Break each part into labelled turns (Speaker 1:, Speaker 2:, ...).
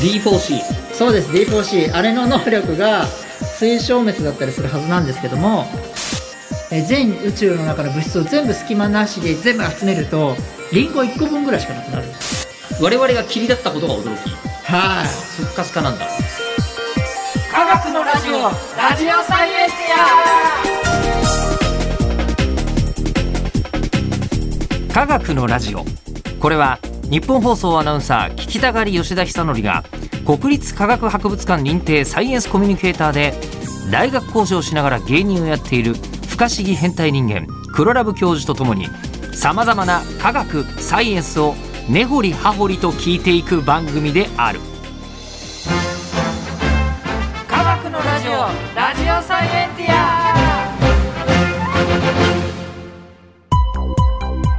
Speaker 1: D4C
Speaker 2: そうです D4C あれの能力が水消滅だったりするはずなんですけどもえー全宇宙の中の物質を全部隙間なしで全部集めるとリンゴ1個分ぐらいしかなくなるんです
Speaker 1: 我々が霧だったことが驚き
Speaker 2: はい
Speaker 1: すっかすかなんだ
Speaker 3: 科学のラジオラジオサイエンテ
Speaker 1: 科学のラジオこれは日本放送アナウンサー聞きたがり吉田久典が国立科学博物館認定サイエンスコミュニケーターで大学講師をしながら芸人をやっている不可思議変態人間黒ラブ教授とともにさまざまな科学サイエンスを根掘り葉掘りと聞いていく番組である
Speaker 3: ィア科学のラジオラジオサイエンティア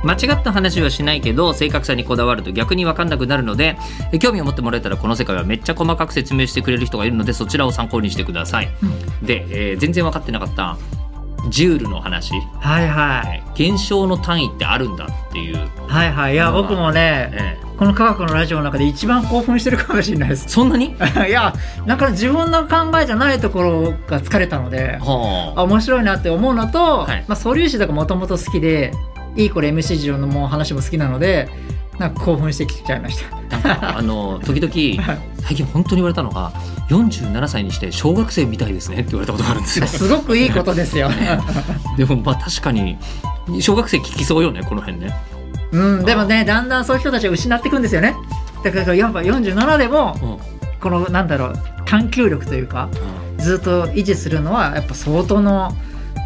Speaker 1: 間違った話はしないけど正確さにこだわると逆に分かんなくなるのでえ興味を持ってもらえたらこの世界はめっちゃ細かく説明してくれる人がいるのでそちらを参考にしてください、で、えー全然分かってなかったジュールの話
Speaker 2: はいはい
Speaker 1: 現象の単位ってあるんだっていう、
Speaker 2: はいはいいや僕もね
Speaker 1: えー
Speaker 2: この科学のラジオの中で一番興奮してるかもしれないです
Speaker 1: そんなに
Speaker 2: いやなんか自分の考えじゃないところが疲れたのであ
Speaker 1: は
Speaker 2: 面白いなって思うのと、
Speaker 1: はい
Speaker 2: まあ、素粒子とかもともと好きでいいこれ MC 次郎のもう話も好きなのでなんか興奮してきちゃいました
Speaker 1: あ なんかあの時々
Speaker 2: はい
Speaker 1: 最近本当に言われたのが47歳にして小学生みたいですねって言われたことがあるんですよ
Speaker 2: すごくいいことですよ、
Speaker 1: でもまあ確かに小学生聞きそうよねこの辺ね
Speaker 2: うん、でもねだんだんそういう人たちを失っていくんですよねだからやっぱ47でも
Speaker 1: うん、うん
Speaker 2: このなんだろう探究力というかずっと維持するのはやっぱ相当の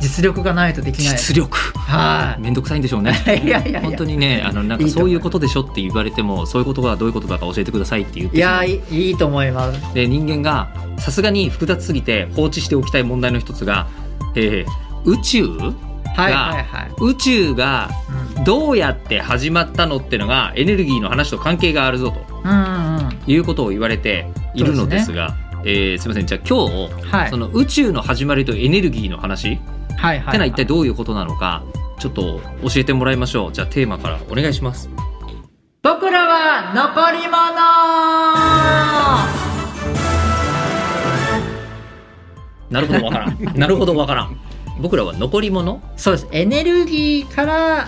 Speaker 2: 実力がないとできない
Speaker 1: 実力
Speaker 2: はい
Speaker 1: めんどくさいんでしょうね
Speaker 2: いやいやいや
Speaker 1: 本当にねあのなん
Speaker 2: い
Speaker 1: か
Speaker 2: いと
Speaker 1: そ
Speaker 2: 思
Speaker 1: うい
Speaker 2: います
Speaker 1: うことでしょって言われてもそういうことがどういうことだか教えてくださいって言って
Speaker 2: い
Speaker 1: しま
Speaker 2: や
Speaker 1: う
Speaker 2: いいいいと思います
Speaker 1: で人間がさすがに複雑すぎて放置しておきたい問題の一つが、えー宇宙
Speaker 2: はいはいはい、
Speaker 1: 宇宙がどうやって始まったのってのがエネルギーの話と関係があるぞと
Speaker 2: うん、うんうんうん
Speaker 1: いうことを言われているのですがす,、えーすみませんじゃあ今日、
Speaker 2: はい
Speaker 1: その宇宙の始まりとエネルギーの話、
Speaker 2: はいは
Speaker 1: ての
Speaker 2: い、は
Speaker 1: はい一体どういうことなのかちょっと教えてもらいましょうじゃあテーマからお願いします
Speaker 2: 僕らは残り物
Speaker 1: なるほどわからん なるほどわからん僕らは残り物
Speaker 2: そうですエネルギーから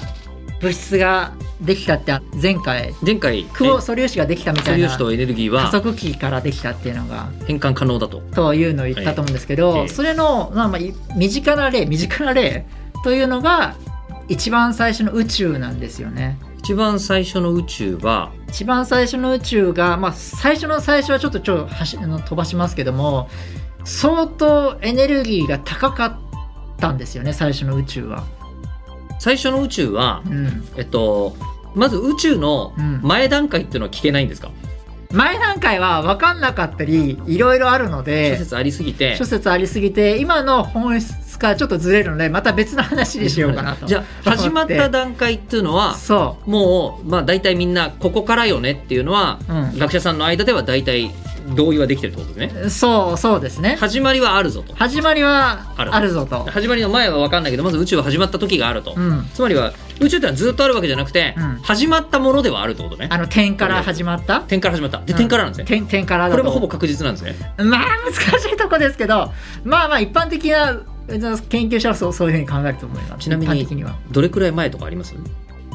Speaker 2: 物質ができたって前回
Speaker 1: 前回
Speaker 2: クオ
Speaker 1: え
Speaker 2: 素粒子ができたみた
Speaker 1: 素
Speaker 2: い
Speaker 1: 粒
Speaker 2: な
Speaker 1: 子とエネルギー
Speaker 2: 加
Speaker 1: は
Speaker 2: 速器からできたっていうのが
Speaker 1: 変換可能だと
Speaker 2: というのを言ったと思うんですけど、
Speaker 1: はいええ
Speaker 2: それの、まあまあ、い身近な例身近な例というのが一番最初の宇宙なんですよね。
Speaker 1: 一番最初の宇宙は
Speaker 2: 一番最初の宇宙が、まあ、最初の最初はちょっとちょっとはしあの飛ばしますけども相当エネルギーが高かったんですよね最初の宇宙は。
Speaker 1: 最初の宇宙は
Speaker 2: うん、
Speaker 1: えっとまず宇宙の前段階っていうのは聞けないんですか、
Speaker 2: 前段階は分かんなかったりいろいろあるの
Speaker 1: 諸
Speaker 2: で
Speaker 1: 説ありすぎて
Speaker 2: 諸説ありすぎて今の本質からちょっとずれるのでまた別の話にしようかなと。
Speaker 1: じゃあ始まった段階っていうのは
Speaker 2: そ
Speaker 1: もうまあ大体みんなここからよねっていうのは
Speaker 2: う、うん、
Speaker 1: 学者さんの間では大体同意はできてるってことですね
Speaker 2: そうそうですね。
Speaker 1: 始まりはあるぞと
Speaker 2: 始まりは
Speaker 1: ある
Speaker 2: あるぞと。
Speaker 1: 始まりの前は分かんないけどまず宇宙は始まった時があると、
Speaker 2: うん。
Speaker 1: つまりは宇宙ってのはずっとあるわけじゃなくて、
Speaker 2: うん
Speaker 1: 始まったものではあるってことね
Speaker 2: あの点から始まった。
Speaker 1: 点から始まったで点からなんですね、
Speaker 2: 点点からだ。
Speaker 1: ことれもほぼ確実なんですね
Speaker 2: まあ難しいとこですけど、まあまあ一般的なうん研究者はそうそういうふうに考えると思います。
Speaker 1: ちなみに
Speaker 2: 一般的には。
Speaker 1: どれくらい前とかあります、うん、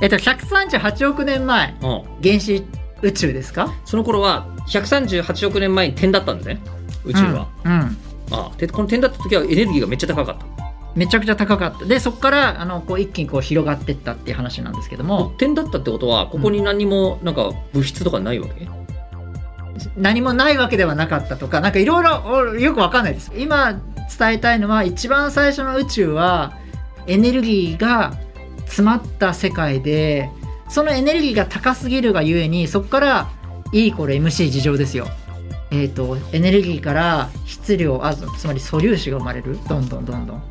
Speaker 2: えっと138億年前原始宇宙ですか？
Speaker 1: その頃は138億年前に点だったんですね宇
Speaker 2: 宇
Speaker 1: 宙は、。
Speaker 2: うん。
Speaker 1: ああでこの点だった時はエネルギーがめっちゃ高かった
Speaker 2: めちゃくちゃ高かった。でそこからあのこう一気にこう広がってったっていう話なんですけども、
Speaker 1: 点だったってことはここに何もなんか物質とかないわけ、
Speaker 2: 何もないわけではなかったとかなんかいろいろよくわかんないです今伝えたいのは一番最初の宇宙はエネルギーが詰まった世界でそのエネルギーが高すぎるがゆえにそこからいいこれ MC 事情ですよえっ、とエネルギーから質量あつまり素粒子が生まれるどんどんどんどん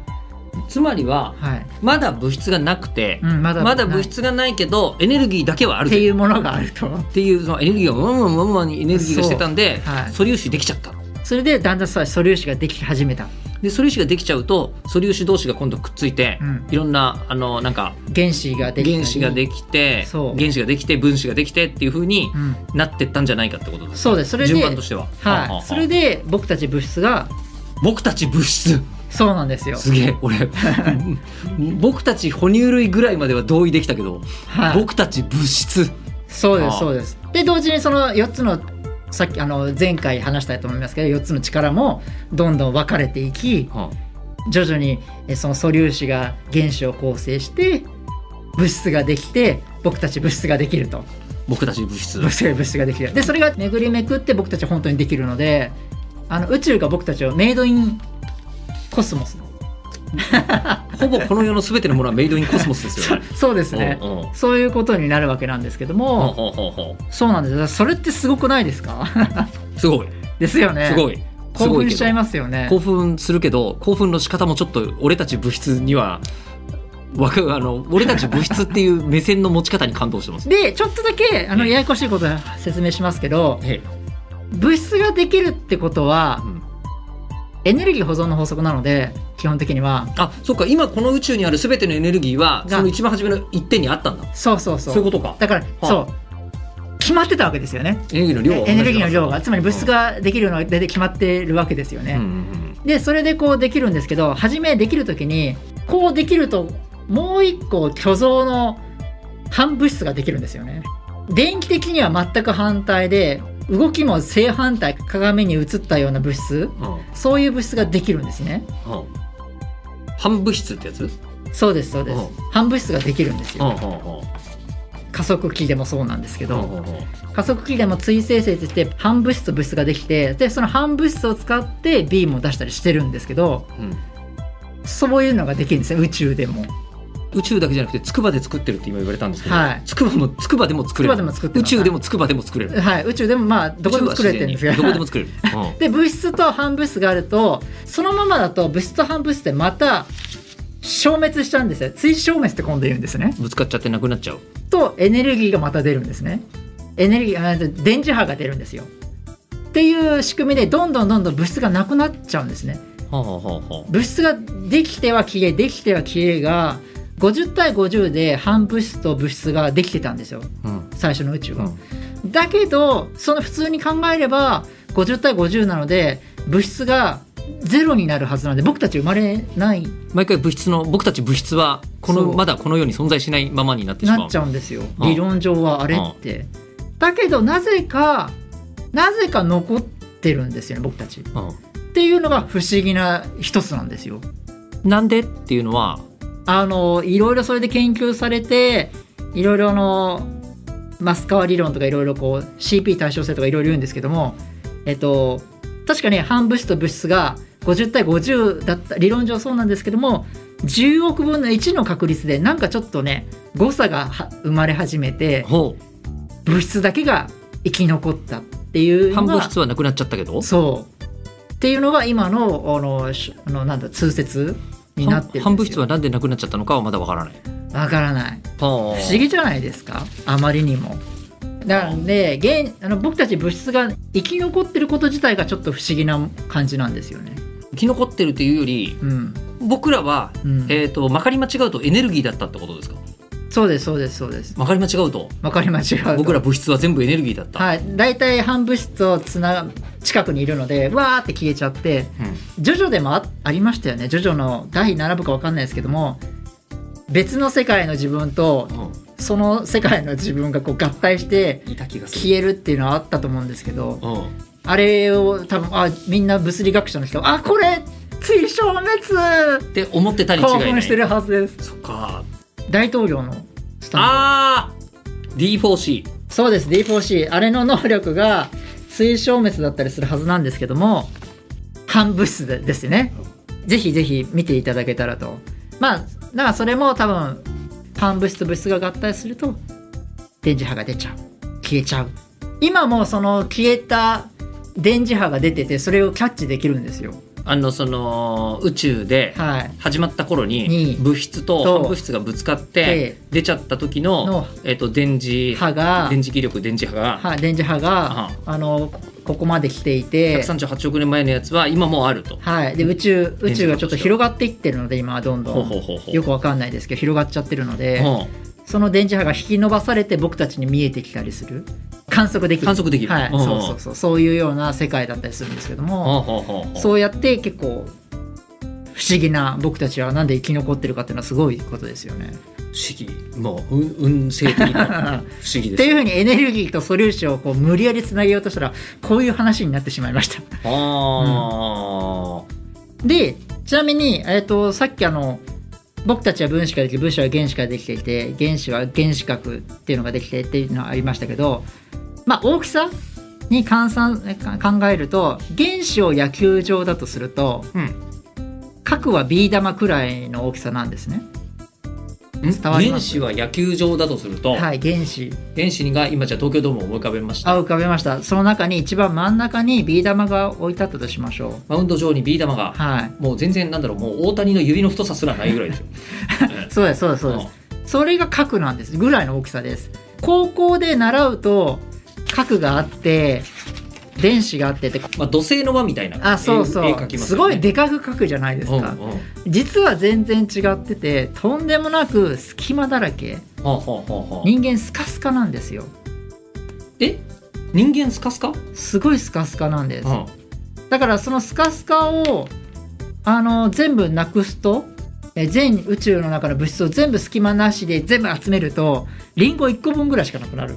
Speaker 1: つまりは
Speaker 2: はい、
Speaker 1: まだ物質がなくて、
Speaker 2: うん、まだ
Speaker 1: まだ物
Speaker 2: っ
Speaker 1: 質がないけどエネルギーだけはある
Speaker 2: て
Speaker 1: ぜ
Speaker 2: いうものがあると
Speaker 1: っていうそのエネルギーがワンワンワンワンにエネルギーがしてたんで、
Speaker 2: そうはい
Speaker 1: 素粒子できちゃった
Speaker 2: それでだんだんさ素粒子ができ始めた
Speaker 1: で素粒子ができちゃうと素粒子同士が今度くっついて、
Speaker 2: うん
Speaker 1: いろんなあのなんか
Speaker 2: 原子ができたり
Speaker 1: 原子ができて
Speaker 2: そう
Speaker 1: 原子ができて分子ができてっていうふうに
Speaker 2: うん、
Speaker 1: なってったんじゃないかってことです
Speaker 2: そうですそれで
Speaker 1: 順番としては。ああ
Speaker 2: は
Speaker 1: あ
Speaker 2: い、それで僕たち物質が
Speaker 1: 僕たち物質
Speaker 2: そうなんですよ。
Speaker 1: すげえ 俺僕たち哺乳類ぐらいまでは同意できたけど、
Speaker 2: はい、
Speaker 1: 僕たち物質
Speaker 2: そうで
Speaker 1: ああ
Speaker 2: すそうです。で同時にその4つのさっきあの前回話したいと思いますけど4つの力もどんどん分かれていき
Speaker 1: はあ
Speaker 2: 徐々にえその素粒子が原子を構成して物質ができて僕たち物質ができると
Speaker 1: 僕たち物質
Speaker 2: 物質が物質ができるでそれが巡りめくって僕たち本当にできるのであの宇宙が僕たちをメイドインコスモス。
Speaker 1: ほぼこの世の全てのものはメイドインコスモスですよね
Speaker 2: そうですね
Speaker 1: うんうん
Speaker 2: そういうことになるわけなんですけども、
Speaker 1: ほうほうほうほ
Speaker 2: そうなんですよ。だからそれってすごくないで すか？
Speaker 1: うすごい
Speaker 2: ですよね。
Speaker 1: すごいす
Speaker 2: 興
Speaker 1: ごい
Speaker 2: 奮
Speaker 1: け
Speaker 2: し
Speaker 1: ど
Speaker 2: ちゃいますよね。
Speaker 1: 興奮するけど興奮の仕方もちょっと俺たち物質にはわかあの俺たち物質っていう目線の持ち方に感動してます。
Speaker 2: でちょっとだけあの
Speaker 1: うん
Speaker 2: ややこしいことを説明しますけど、
Speaker 1: え
Speaker 2: 物質ができるってこと
Speaker 1: え
Speaker 2: は
Speaker 1: うん
Speaker 2: エネルギー保存の法則なので基本的には
Speaker 1: あそっか今この宇宙にある全てのエネルギーは
Speaker 2: が
Speaker 1: その一番初めの一点にあったんだ
Speaker 2: そうそう
Speaker 1: そ
Speaker 2: そうう。
Speaker 1: いうことか
Speaker 2: だから、
Speaker 1: あ
Speaker 2: そう決まってたわけですよね。
Speaker 1: エネルギーの量は同じだ
Speaker 2: エネルギーの量がつまり物質ができるのは大体決まってるわけですよ
Speaker 1: うんう
Speaker 2: ね。
Speaker 1: ん
Speaker 2: でそれでこうできるんですけど初めできる時にこうできるともう一個虚像の反物質ができるんですよね。電気的には全く反対で動きも正反対鏡に映ったような物質
Speaker 1: うんうん
Speaker 2: そういう物質ができるんですね。
Speaker 1: うん半物質ってやつうん
Speaker 2: そうですそうです
Speaker 1: うん。
Speaker 2: 反物質ができるんです
Speaker 1: う
Speaker 2: よ。
Speaker 1: んうん
Speaker 2: 加速器でもそうなんですけ
Speaker 1: うんう
Speaker 2: ど
Speaker 1: んうん
Speaker 2: 加速器でも追生成として反物質と物質ができてでその反物質を使ってビームを出したりしてるんですけど
Speaker 1: うん
Speaker 2: そういうのができるんですね宇宙でも。
Speaker 1: 宇宙だけじゃなくて筑波で作ってるって今言われたんですけど
Speaker 2: はい
Speaker 1: 筑波も筑波でも作れる
Speaker 2: 筑波でも作って
Speaker 1: 宇
Speaker 2: ます
Speaker 1: 宙でも筑波でも作れる
Speaker 2: はい、宇宙でもまあどこでも作れてるんですが
Speaker 1: 宇宙は自然にどこでも作れる
Speaker 2: で物質と反物質があるとそのままだと物質と反物質ってまた消滅しちゃうんですよ追消滅って今度言うんですね
Speaker 1: うんぶつかっちゃってなくなっちゃう
Speaker 2: とエネルギーがまた出るんですねエネルギーあ電磁波が出るんですよっていう仕組みでどんどんどんどん物質がなくなっちゃうんですね
Speaker 1: はあはあはあは
Speaker 2: 物質ができては消えできては消えが50対50で反物質と物質ができてたんですよ
Speaker 1: あうん
Speaker 2: 最初の宇宙
Speaker 1: う
Speaker 2: は、
Speaker 1: ん
Speaker 2: だけどその普通に考えれば50対50なので物質がゼロになるはずなんで僕たち生まれない
Speaker 1: 毎回物質の僕たち物質はこ
Speaker 2: そ
Speaker 1: の
Speaker 2: う
Speaker 1: まだこの世に存在しないままになってしまう
Speaker 2: なっちゃうんですよ
Speaker 1: うん
Speaker 2: 理論上はあれって。だけどなぜかなぜか残ってるんですよね僕たち。っ
Speaker 1: う
Speaker 2: ていうのが不思議な一つなんですよ。
Speaker 1: んなんでっていうのは
Speaker 2: あのいろいろそれで研究されていろいろあのマスカワ理論とかいろいろこう CP 対称性とかいろいろ言うんですけどもえっと確かね反物質と物質が50対50だった理論上そうなんですけども10億分の1の確率でなんかちょっとね誤差がは生まれ始めて
Speaker 1: ほ
Speaker 2: 物質だけが生き残ったっていう
Speaker 1: う
Speaker 2: のが
Speaker 1: 半物質はなくなっちゃったけど
Speaker 2: そうっていうのが今のあのしあのなんだ通説になってるんです
Speaker 1: 半
Speaker 2: よ
Speaker 1: 半物質はなんでなくなっちゃったのかはまだわからない
Speaker 2: わからない
Speaker 1: 不思
Speaker 2: 不思議じゃないですかあまりにも。なんで現あの僕たち物質が生き残ってること自体がちょっと不思議な感じなんですよね。
Speaker 1: 生き残ってるというより
Speaker 2: うん
Speaker 1: 僕らは、
Speaker 2: うん
Speaker 1: えー、とまかり間違うとエネルギーだったってことですか
Speaker 2: そうですそうですそうです。
Speaker 1: まかり間違うと
Speaker 2: わかり間違うと
Speaker 1: 僕ら物質は全部エネルギーだった、
Speaker 2: はい大体半物質とつな近くにいるのでわーって消えちゃってジョジョでもあありましたよねジョジョの第7部かわかんないですけども別の世界の自分と
Speaker 1: うんうん
Speaker 2: その世界の自分がこう合体して
Speaker 1: いた気が
Speaker 2: 消えるっていうのはあったと思うんですけど。
Speaker 1: うん、
Speaker 2: あれを多分あみんな物理学者の人があこれ追消滅
Speaker 1: って思ってたに違い
Speaker 2: 興
Speaker 1: ない
Speaker 2: 奮してるはずです
Speaker 1: そっか
Speaker 2: 大統領のスタン
Speaker 1: あー D4C
Speaker 2: プそうです D4C あれの能力が追消滅だったりするはずなんですけども半物質でですねぜひぜひ見ていただけたらとまあだからそれも多分半物質と物質が合体すると電磁波が出ちゃう消えちゃう今もその消えた電磁波が出ててそれをキャッチできるんですよ
Speaker 1: あのその宇宙で
Speaker 2: はい
Speaker 1: 始まった頃に
Speaker 2: に
Speaker 1: 物質と
Speaker 2: と
Speaker 1: 反物質がぶつかって
Speaker 2: え
Speaker 1: 出ちゃった時の
Speaker 2: の、
Speaker 1: えっと電磁
Speaker 2: 波が
Speaker 1: 電磁気力電磁波が
Speaker 2: はい電磁波が
Speaker 1: あ
Speaker 2: あのこここまで来ていて
Speaker 1: 138億年前のやつは今もうあると。
Speaker 2: はい、で宇宙宇宙がちょっと広がっていってるので今はどんど
Speaker 1: ほうんほうほうほう
Speaker 2: よくわかんないですけど広がっちゃってるので
Speaker 1: うん
Speaker 2: その電磁波が引き伸ばされて僕たちに見えてきたりする観測できる
Speaker 1: 観測できる
Speaker 2: はい
Speaker 1: うん
Speaker 2: そうそうそうそういうような世界だったりするんですけど
Speaker 1: ほ
Speaker 2: も
Speaker 1: うほうほうほう
Speaker 2: そうやって結構不思議な僕たちはなんで生き残ってるかっていうのはすごいことですよね。
Speaker 1: 不思議もううん運勢的な不 思議
Speaker 2: っ
Speaker 1: です
Speaker 2: ていう
Speaker 1: ね
Speaker 2: ふうにエネルギーと素粒子をこう無理やりつなげようとしたらこういう話になってしまいました。
Speaker 1: あー
Speaker 2: でちなみに、えー、とさっきあの僕たちは分子からできて分子は原子からできていて原子は原子核っていうのができてっていうのはありましたけど、まあ、大きさに換算えか考えると原子を野球場だとすると
Speaker 1: うん
Speaker 2: 核はビー玉くらいの大きさなんですね。
Speaker 1: ん
Speaker 2: 伝わり
Speaker 1: 原
Speaker 2: ます
Speaker 1: 子は野球場だとすると、
Speaker 2: はい、原子
Speaker 1: 原子が今じゃあ東京ドームを思い浮かべました
Speaker 2: あ浮かべましたその中に一番真ん中にビー玉が置いてあったとしましょ
Speaker 1: マウンド上にビー玉が、
Speaker 2: うはい
Speaker 1: もう全然なんだろうもう大谷の指の太さすらないぐらいですよ
Speaker 2: そうですそう ですそうですそれが核なんですぐらいの大きさです高校で習うと核があって電子があってって
Speaker 1: うんまあ土星の輪みたいな
Speaker 2: あそうそう,、
Speaker 1: 絵絵描きますすよ
Speaker 2: ご
Speaker 1: ね
Speaker 2: いでかく核じゃないです
Speaker 1: うんうん
Speaker 2: か、実は全然違っててとんでもなく隙間だらけ
Speaker 1: はあはあはあはあ
Speaker 2: 人間スカスカなんですよ
Speaker 1: え人間スカスカ、
Speaker 2: すごいスカスカなんです、
Speaker 1: うん
Speaker 2: だからそのスカスカをあの全部なくすとえ全宇宙の中の物質を全部隙間なしで全部集めるとリンゴ1個分ぐらいしかなくなる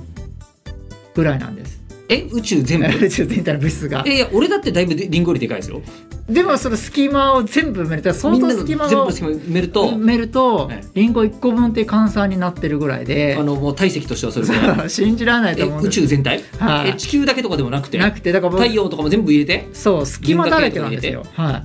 Speaker 2: ぐらいなんです
Speaker 1: え宇宙 全部
Speaker 2: 宇宙全体の物質が
Speaker 1: えいや俺だってだいぶリンゴよりでかいですよ
Speaker 2: でもその隙間を全部埋めると相
Speaker 1: みん
Speaker 2: 当
Speaker 1: なの
Speaker 2: 隙間
Speaker 1: 全
Speaker 2: を
Speaker 1: 部隙間埋めると、
Speaker 2: 埋めると
Speaker 1: ええ
Speaker 2: リンゴ1個分っていう換算になってるぐらいで
Speaker 1: あのもう体積としてはそれぐらい
Speaker 2: 信じられない
Speaker 1: え
Speaker 2: と思うん
Speaker 1: 宇
Speaker 2: です
Speaker 1: 宙全体、
Speaker 2: はい
Speaker 1: え地球だけとかでもなくて
Speaker 2: なくてだから僕
Speaker 1: 太陽とかも全部入れて
Speaker 2: そう隙間だらけなんですよはい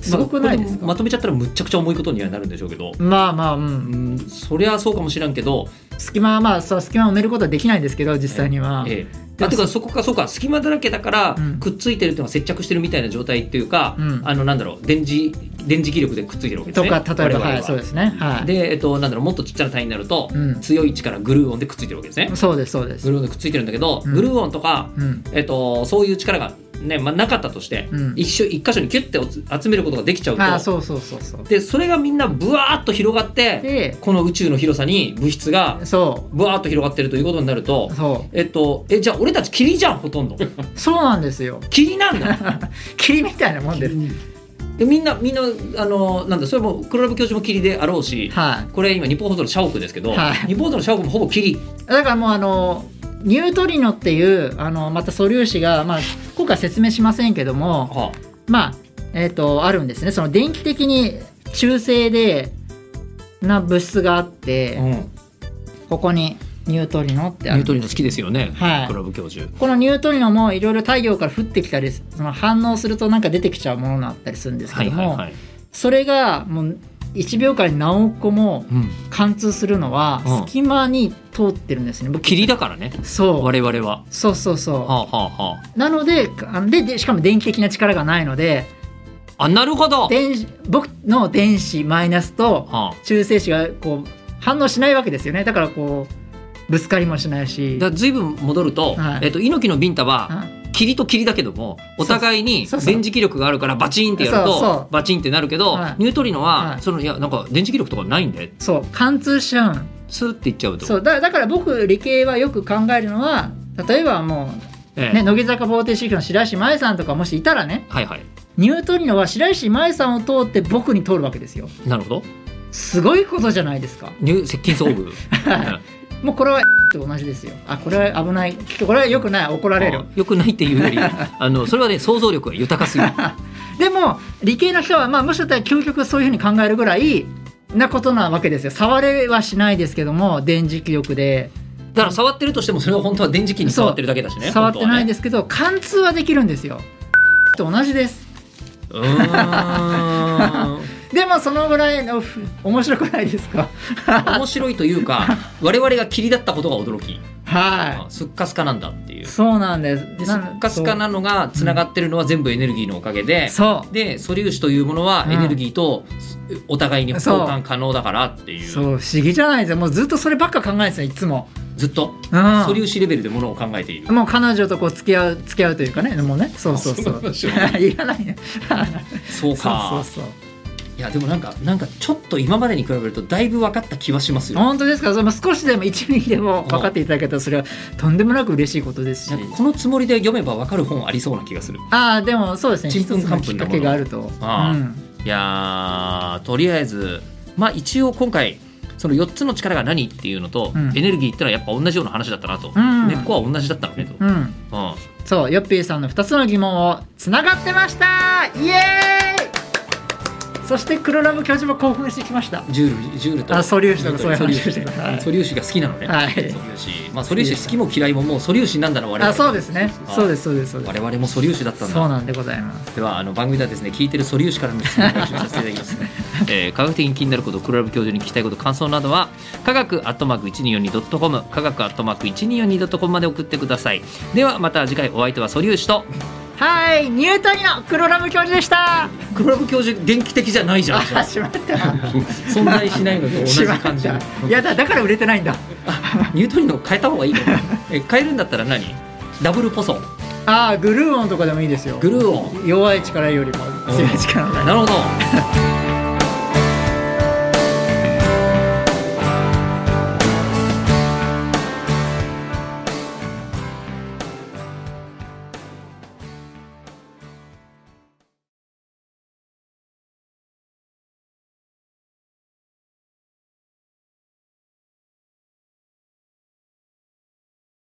Speaker 2: すごくないです
Speaker 1: まあこれもま
Speaker 2: か
Speaker 1: とめちゃったらむっちゃくちゃ重いことにはなるんでしょうけど、
Speaker 2: まあまあう
Speaker 1: うんん、そりゃそうかもしらんけど、
Speaker 2: 隙間はまあそう隙間を埋めることはできないんですけど実際には
Speaker 1: ええ
Speaker 2: で
Speaker 1: あてかそこかそうか隙間だらけだから、
Speaker 2: うん
Speaker 1: くっついてるっていうのは接着してるみたいな状態っていうか、
Speaker 2: うん
Speaker 1: あのなんだろう電磁電磁気力でくっついてるわけです
Speaker 2: と
Speaker 1: ね
Speaker 2: か例えばはいそう
Speaker 1: で
Speaker 2: ですねはい
Speaker 1: で、えっと、なんだろうもっとちっちゃな単位になると、
Speaker 2: うん
Speaker 1: 強い力グルーオンでくっついてるわけですね、
Speaker 2: そうですそうで
Speaker 1: グ
Speaker 2: す
Speaker 1: ルーオンでくっついてるんだけど、
Speaker 2: うん
Speaker 1: グルーオンとか
Speaker 2: うん
Speaker 1: えっと、そういう力が、ねまあ、なかったとして、
Speaker 2: うん
Speaker 1: 一緒一箇所にキュッておつ集めることができちゃうと
Speaker 2: ああそうそうそうそう
Speaker 1: でそれがみんなブワーッと広がって
Speaker 2: で
Speaker 1: この宇宙の広さに物質が
Speaker 2: そ
Speaker 1: ブワーッと広がってるということになると
Speaker 2: う、そ
Speaker 1: えっと、えじゃあ俺たち霧じゃんほと んど
Speaker 2: うそうなんですよ
Speaker 1: 霧なんだ
Speaker 2: 霧みたいなもんです
Speaker 1: でみんなみんなあのなんだそれも黒ラブ教授も霧であろうし、
Speaker 2: はい
Speaker 1: これ今日本放送の社屋ですけど、
Speaker 2: はい
Speaker 1: 日本放送の社屋もほぼ霧
Speaker 2: だからもうあのニュートリノっていうあのまた素粒子が、まあ、今回説明しませんけど
Speaker 1: は
Speaker 2: もまあえっ、とあるんですねその電気的に中性でな物質があっ
Speaker 1: あ
Speaker 2: て、
Speaker 1: うん
Speaker 2: ここにニュートリノってあ
Speaker 1: ニュー
Speaker 2: る
Speaker 1: トリノ好きですよね、
Speaker 2: はい
Speaker 1: 黒ラブ教授
Speaker 2: このニュートリノもいろいろ太陽から降ってきたりその反応するとなんか出てきちゃうものだったりするんです
Speaker 1: は
Speaker 2: け
Speaker 1: い
Speaker 2: ども、
Speaker 1: はいはい、
Speaker 2: それがもう1秒間に何億個も
Speaker 1: うん、
Speaker 2: 貫通するのは
Speaker 1: うん
Speaker 2: 隙間に通ってるんですね、僕
Speaker 1: 霧だからね
Speaker 2: そう
Speaker 1: 我々は。
Speaker 2: そうそうそう、
Speaker 1: はあはあは
Speaker 2: なのであででしかも電気的な力がないので
Speaker 1: あ、あなるほど、は
Speaker 2: 電子僕の電子マイナスと
Speaker 1: あ、
Speaker 2: 中性子がこう反応しないわけですよねだからこうぶつかりもしないし
Speaker 1: だずいぶん戻ると,、
Speaker 2: はい
Speaker 1: えっと猪木のビンタは
Speaker 2: あ
Speaker 1: 霧と霧だけどもお互いに
Speaker 2: そうそう
Speaker 1: 電磁気力があるからバチンってやる
Speaker 2: そうそ
Speaker 1: と
Speaker 2: う
Speaker 1: バチンってなるけど、
Speaker 2: はい
Speaker 1: ニュートリノは、
Speaker 2: はい
Speaker 1: そのいやなんか電磁気力とかないんで
Speaker 2: そう貫通しちゃうん
Speaker 1: スーっていっちゃうと
Speaker 2: そうだだから僕理系はよく考えるのは例えばも
Speaker 1: え
Speaker 2: う、
Speaker 1: え
Speaker 2: ね、乃木坂46の白石麻衣さんとかもしいたらね
Speaker 1: はいはい
Speaker 2: ニュートリノは白石麻衣さんを通って僕に通るわけですよ
Speaker 1: なるほど
Speaker 2: すごいことじゃないですか
Speaker 1: ニュー接近遭遇うん
Speaker 2: もうこれはと同じですよあこれは危ないこれは良くない怒られる
Speaker 1: あよくないっていうよ りあのそれはね想像力が豊かすぎる
Speaker 2: でも理系の人はまあむしろだったら究極そういうふうに考えるぐらいなことなわけですよ触れはしないですけども電磁気力で
Speaker 1: だから触ってるとしてもそれは本当は電磁気に触ってるだけだしね
Speaker 2: 触ってない
Speaker 1: で
Speaker 2: ですけど、貫通はできるんですよと同じです
Speaker 1: すうーん
Speaker 2: でもそのぐらいのふ面白くないですか
Speaker 1: 面白いというか我々が霧だったことが驚き
Speaker 2: は
Speaker 1: すっかすかなんだっていう
Speaker 2: い。そうなんです
Speaker 1: で
Speaker 2: な
Speaker 1: す
Speaker 2: の
Speaker 1: っかすかなのがつながってるのは全部エネルギーのおかげで、
Speaker 2: そう
Speaker 1: で素粒子というものは
Speaker 2: うん
Speaker 1: エネルギーとお互いに交換可能だからっていう
Speaker 2: そう不思議じゃないですよもうずっとそればっか考えてたいつも、
Speaker 1: ずっと
Speaker 2: うん
Speaker 1: 素粒子レベルでものを考えている。
Speaker 2: もう彼女とこう付き合う付き合うというかねもうねそうそうそ
Speaker 1: あそう
Speaker 2: う
Speaker 1: なんでしょ
Speaker 2: いらないね
Speaker 1: そう
Speaker 2: そう
Speaker 1: か
Speaker 2: そうそう
Speaker 1: いやでもなんかなんかちょっと今までに比べるとだいぶ分かった気はしますよ。
Speaker 2: 本当ですかそれも少しでも1ミリでも分かっていただけたらそれはとんでもなく嬉しいことですし
Speaker 1: なんかこのつもりで読めば分かる本ありそうな気がする。
Speaker 2: ああでもそうですね
Speaker 1: ちん
Speaker 2: 一
Speaker 1: ぷん
Speaker 2: つ
Speaker 1: か
Speaker 2: の
Speaker 1: んぷ
Speaker 2: き
Speaker 1: ん
Speaker 2: っ
Speaker 1: な
Speaker 2: か
Speaker 1: もの
Speaker 2: けがあると
Speaker 1: ああ
Speaker 2: うん
Speaker 1: いやーとりあえずまあ一応今回その4つの力が何っていうのと、
Speaker 2: うん
Speaker 1: エネルギーってのはやっぱ同じような話だったなと、
Speaker 2: ん
Speaker 1: 根っこは同じだったのねと、うん
Speaker 2: うんそうヨッピーさんの2つの疑問をつながってましたイエーイそして黒ラブ教授も興奮してきました
Speaker 1: ジュールジュールと
Speaker 2: あ素粒子とかそういう
Speaker 1: 素粒
Speaker 2: 話
Speaker 1: 子
Speaker 2: してください
Speaker 1: 素粒子が好きなのね、
Speaker 2: はい
Speaker 1: 素粒子まあ素粒子好きも嫌いももう素粒子なんだな我々
Speaker 2: あそうですね
Speaker 1: あ
Speaker 2: そうですそうですそうです
Speaker 1: 我々も素粒子だったんだ
Speaker 2: そうなんでございます
Speaker 1: ではあの番組ではですね聞いてる素粒子からの質問を募集させていただき ます、えー科学的に気になること黒ラブ教授に聞きたいこと感想などは科学アットマーク 1242.com 科学アットマーク 1242.com まで送ってくださいではまた次回お相手は素粒子と
Speaker 2: はいニュートリノ黒ラム教授でした
Speaker 1: 黒ラブ教授元気的じゃないじゃん
Speaker 2: あ しまった
Speaker 1: 存在しないのと同じ感じ
Speaker 2: しまったいやだだから売れてないんだ
Speaker 1: ニュートリノ変えた方がいいのえ変えるんだったら何ダブルポソ
Speaker 2: ああグルーオンとかでもいいですよ
Speaker 1: グルーオン
Speaker 2: 弱い力よりも強い力の方がいい
Speaker 1: なるほど